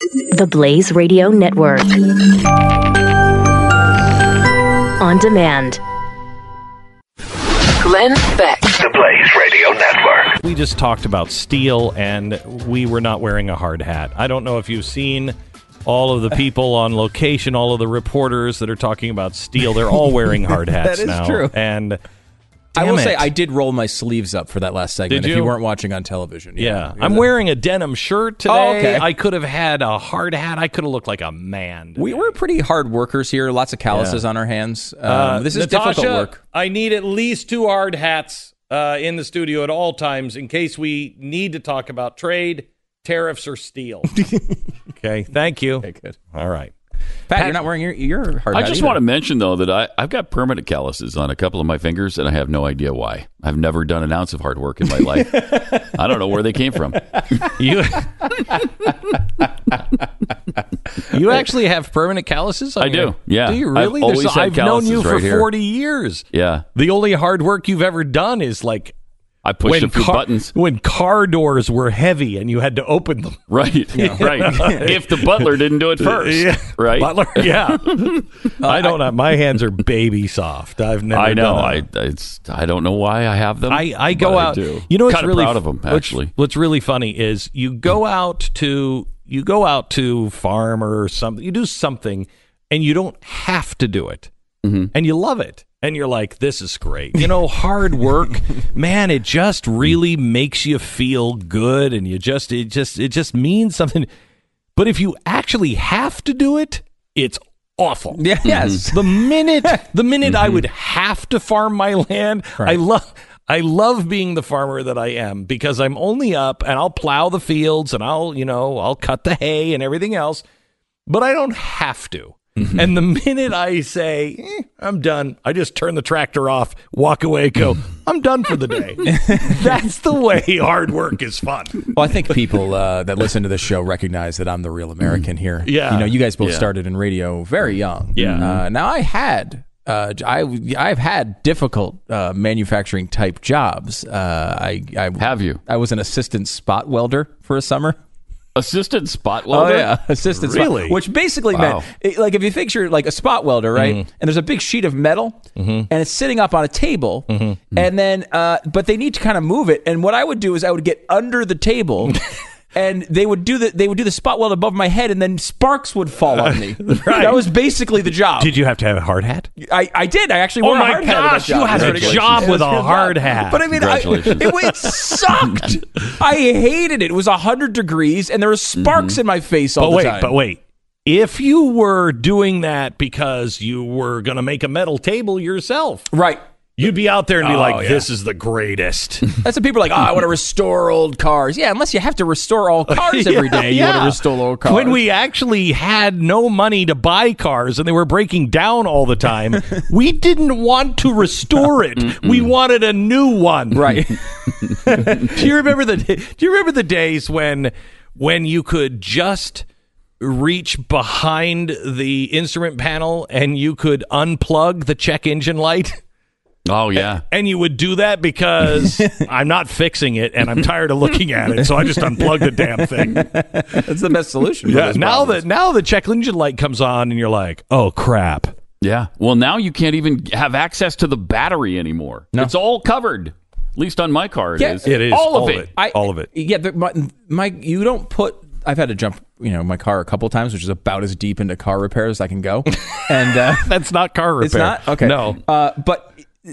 The Blaze Radio Network. On demand. Glenn Beck. The Blaze Radio Network. We just talked about steel and we were not wearing a hard hat. I don't know if you've seen all of the people on location, all of the reporters that are talking about steel. They're all wearing hard hats is now. true. And I damn will say it. I did roll my sleeves up for that last segment. Did If you? you weren't watching on television, yeah, I'm wearing a denim shirt today. Oh, okay. I could have had a hard hat. I could have looked like a man. We were pretty hard workers here. Lots of calluses on our hands. Um, this is Uh, Natasha, difficult work. I need at least two hard hats uh, in the studio at all times in case we need to talk about trade, tariffs, or steel. okay, thank you. good. All right. Pat, you're not wearing your your hard. I hat just either. want to mention though that I, I've got permanent calluses on a couple of my fingers, and I have no idea why. I've never done an ounce of hard work in my life. I don't know where they came from. You You actually have permanent calluses? I do, your- yeah. Do you I've really? There's- always had I've known you calluses for right here. 40 years. Yeah, The only hard work you've ever done is like I pushed when a few car, buttons. when car doors were heavy and you had to open them. Right, right. if the butler didn't do it first, Yeah. right? Butler, yeah. I don't know. My hands are baby soft. I've never. I know. Done I it. it's I don't know why I have them. I, I go but out. do. You know what's Kinda really proud of them what's- actually. What's, really funny is you go out to you go out to farm or something. You do something, and you don't have to do it, Mm-hmm. and you love it, and you're like, "This is great." You know, hard work, man. It just really makes you feel good, and you just it just it just means something. But if you actually have to do it, it's awful. Yeah, yes. Mm-hmm. The minute the minute I would have to farm my land, I love I love being the farmer that I am because I'm only up and I'll plow the fields and I'll, you know, I'll cut the hay and everything else, but I don't have to. And the minute I say, "Eh, I'm done, I just turn the tractor off, walk away, go, I'm done for the day. That's the way hard work is fun. Well, I think people uh, that listen to this show recognize that I'm the real American here. Yeah. you know, you guys both Yeah. started in radio Mm-hmm. very young. Yeah. Uh, now I had. Uh, I I've had difficult uh, manufacturing type jobs. Uh, I, I Have you? I was an assistant spot welder for a summer. Assistant spot Oh welder. yeah, assistant spot- Really? which basically Wow. meant it- like if you picture like a spot welder, right? Mm-hmm. And there's a big sheet of metal, and it's sitting up on a table, Mm-hmm. and then uh, but they need to kind of move it. And what I would do is I would get under the table. And they would do the they would do the spot weld above my head, and then sparks would fall on me. That was basically the job. Did you have to have a hard hat? I, I did. I actually Oh wore a my hard hat. at that gosh, you job. had a Congratulations. job It with was a good hard hat. But I mean, I, Congratulations. it, it sucked. I hated it. It was hundred degrees, and there were sparks in my face Mm-hmm. but all the wait, time. but wait. If you were doing that because you were going to make a metal table yourself, Right. you'd be out there and be Oh, like, yeah. "This is the greatest." That's what people are like. Oh, I want to restore old cars. Yeah, unless you have to restore all cars every Yeah, day, you want yeah. to restore old cars. When we actually had no money to buy cars and they were breaking down all the time, we didn't want to restore it. we wanted a new one. right, do you remember the do you remember the days when when you could just reach behind the instrument panel and you could unplug the check engine light? Oh yeah. And you would do that because I'm not fixing it and I'm tired of looking at it, so I just unplug the damn thing. that's the best solution. for those Now problems. that now the check engine light comes on and you're like, oh crap. Yeah. Well, now you can't even have access to the battery anymore. It's all covered. At least on my car, it Yeah, is. It is All, of it. I- all of it. Yeah, but my, my you don't put. I've had to jump, you know, my car a couple times, which is about as deep into car repair as I can go, and uh, That's not car repair. it's not okay. No. uh, but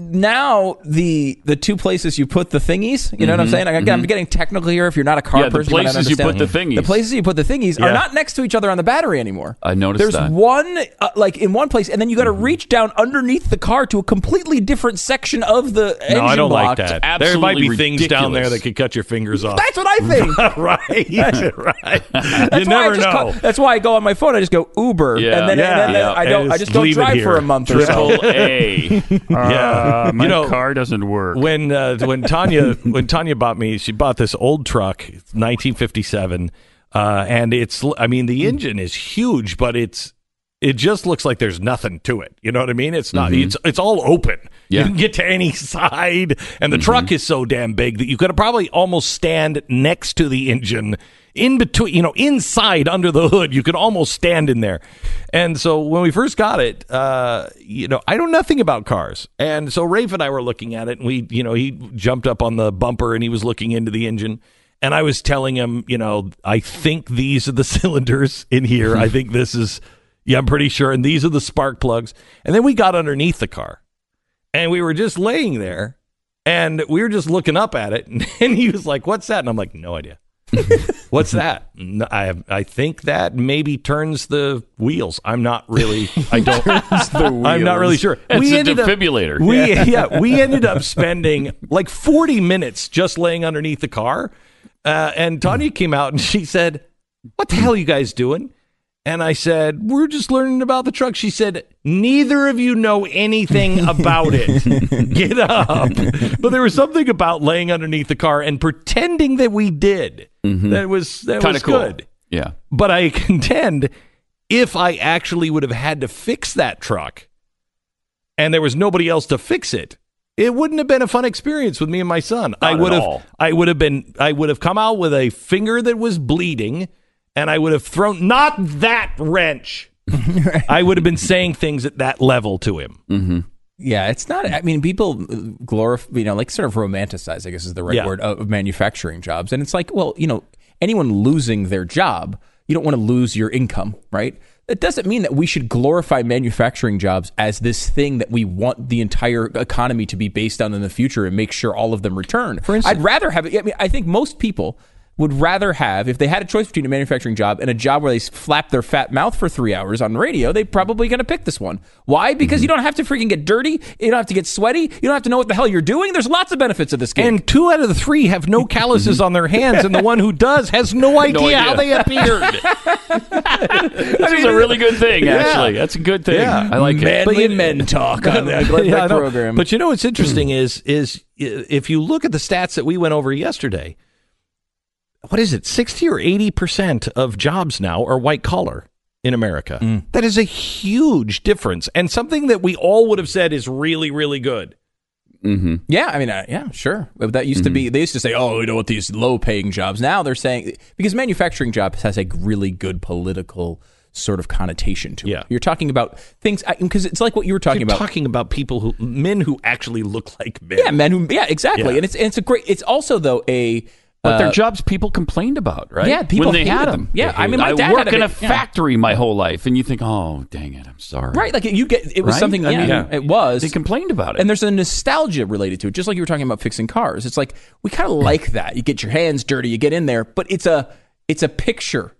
now the the two places you put the thingies, you Mm-hmm. know what I'm saying? Again, I'm getting technical here. If you're not a car Yeah, the person, might not places you put understand. the thingies. the places you put the thingies Yeah. are not next to each other on the battery anymore. I noticed There's that. one uh, like in one place, and then you got to Mm-hmm. reach down underneath the car to a completely different section of the engine No, I don't block. like that. There absolutely might be things down ridiculous. there that could cut your fingers off. That's what I think. right, right. That's you why I never just know. call- that's why I go on my phone. I just go Uber, Yeah. and then, Yeah. and then Yeah. I don't. And I just just don't leave it drive for here. a month or so. Triple A. yeah, Uh, my you know, car doesn't work. when uh, when Tanya when Tanya bought me, she bought this old truck, 1957, uh, and it's I mean the engine is huge, but it's it just looks like there's nothing to it. You know what I mean? It's not. It's it's all open. Yeah. You can get to any side, and the truck is so damn big that you could probably almost stand next to the engine in between, you know, inside under the hood. You could almost stand in there. And so when we first got it, uh, you know, I know nothing about cars. And so Rafe and I were looking at it and we, you know, he jumped up on the bumper and he was looking into the engine. And I was telling him, you know, I think these are the cylinders in here. I think this is, yeah, I'm pretty sure. And these are the spark plugs. And then we got underneath the car and we were just laying there and we were just looking up at it and, he was like what's that and i'm like no idea what's that "No, i have, i think that maybe turns the wheels i'm not really i don't i'm not really sure It's a ended up- defibrillator. we yeah we ended up spending like 40 minutes just laying underneath the car uh, and tanya came out and she said what the hell are you guys doing and I said, We're just learning about the truck. She said, Neither of you know anything about it. Get up. But there was something about laying underneath the car and pretending that we did. That was that Kind was of cool. good. Yeah. But I contend if I actually would have had to fix that truck and there was nobody else to fix it, it wouldn't have been a fun experience with me and my son. I at would have all. I would have been I would have come out with a finger that was bleeding and I would have thrown not that wrench. I would have been saying things at that level to him. Yeah, it's not. I mean, people glorify, you know, like sort of romanticize, I guess is the right Yeah. word, of manufacturing jobs. And it's like, well, you know, anyone losing their job, you don't want to lose your income, right? That doesn't mean that we should glorify manufacturing jobs as this thing that we want the entire economy to be based on in the future and make sure all of them return. For instance, I'd rather have it. I mean, I think most people would rather have if they had a choice between a manufacturing job and a job where they s- flap their fat mouth for three hours on radio they're probably going to pick this one why because you don't have to freaking get dirty you don't have to get sweaty you don't have to know what the hell you're doing there's lots of benefits of this game And two out of the three have no calluses on their hands, and the one who does has no idea, how idea. they appear. This is a really good thing, actually. That's a good thing. Yeah. I like it. manly men talk on the Glenn Yeah, I Beck know. program But you know what's interesting is is i- if you look at the stats that we went over yesterday, what is it? Sixty or eighty percent of jobs now are white collar in America. Mm. That is a huge difference, and something that we all would have said is really, really good. yeah i mean uh, yeah sure But that used to be they used to say oh you know what these low paying jobs now they're saying because manufacturing jobs has a really good political sort of connotation to Yeah. it you're talking about things because it's like what you were talking You're about talking about people who men who actually look like men. yeah men who yeah exactly Yeah. and it's and it's a great it's also though a uh, But their jobs people complained about, right? Yeah, people when they hated had them. Yeah, I mean, my I dad work had a in a big- yeah. factory my whole life, and you think, oh, dang it, I'm sorry. Right, like you get it was Right? something. I yeah, mean, yeah. it was. They complained about it. and there's a nostalgia related to it, just like you were talking about fixing cars. It's like we kind of like that. You get your hands dirty, you get in there, but it's a it's a picture.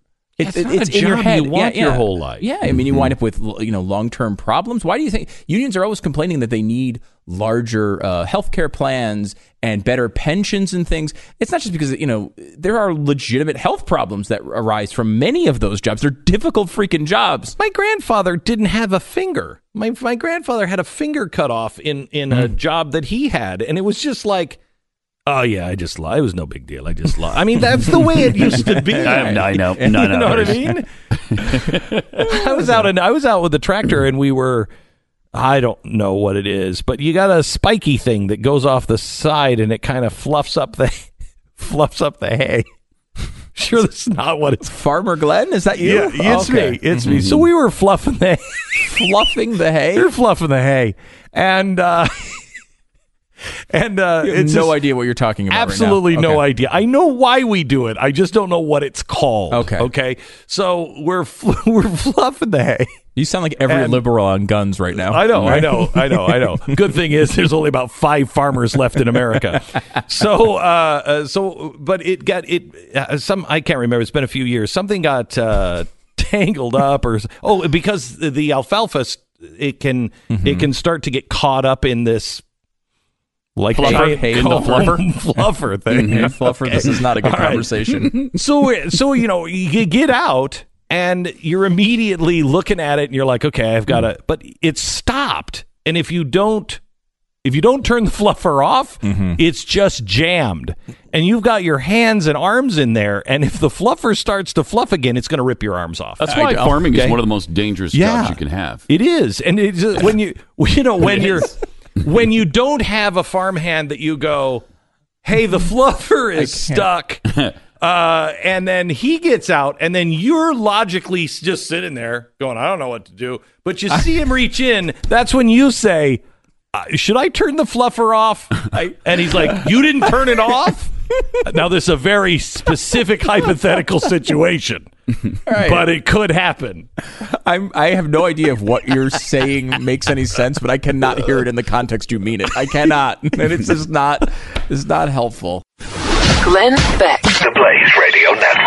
it's It, not a in your job you head. want your whole life. Mm-hmm. Yeah, I mean, you wind up with l- you know long term problems. Why do you think unions are always complaining that they need larger uh, health care plans and better pensions and things? It's not just because you know there are legitimate health problems that arise from many of those jobs. They're difficult freaking jobs. my grandfather didn't have a finger. My my grandfather had a finger cut off in in Hmm. a job that he had, and it was just like, oh yeah, I just lied. It was no big deal. I just lied. I mean, that's the way it used to be. I, I know. No, you no, know what I there's- mean? I was out and I was out with the tractor, and we were. I don't know what it is, but you got a spiky thing that goes off the side, and it kind of fluffs up the fluffs up the hay. Sure, that's not what it's. Farmer Glenn, is that you? Yeah, it's Okay. Mm-hmm. me. It's me. So we were fluffing the hay. Fluffing the hay. You're fluffing the hay, and uh, and uh, it's no just idea what you're talking about. absolutely right now. no Okay. idea. I know why we do it. I just don't know what it's called. Okay. okay. So we're fl- we're fluffing the hay. You sound like every And- liberal on guns right now. I know, I know, I know, I know. Good thing is there's only about five farmers left in America. So, uh, uh, so, but it got it. Uh, some I can't remember. It's been a few years. Something got uh, tangled up, or oh, because the alfalfa s- it can Mm-hmm. it can start to get caught up in this. Like Fluffer? giant Hay in the cone fluffer? fluffer thing. Mhm, Fluffer, this is not a good All right. conversation. So, so you know, you get out and you're immediately looking at it and you're like, okay, I've got to, but it's stopped. And if you don't, if you don't turn the fluffer off, it's just jammed. And you've got your hands and arms in there. And if the fluffer starts to fluff again, it's going to rip your arms off. That's why farming Okay. is one of the most dangerous Yeah. jobs you can have. It is, and it's uh, when you you know when you're when you don't have a farmhand that you go, hey, the fluffer is stuck. Uh, and then he gets out, and then you're logically s- just sitting there going, I don't know what to do. But you see him reach in. That's when you say, uh, Should I turn the fluffer off? I, and he's like, You didn't turn it off? now, this is a very specific hypothetical situation, but it could happen. I'm, I have no idea if what you're saying makes any sense, but I cannot hear it in the context you mean it. I cannot, and it's just not. It's not helpful. Glenn Beck. The Blaze Radio Network.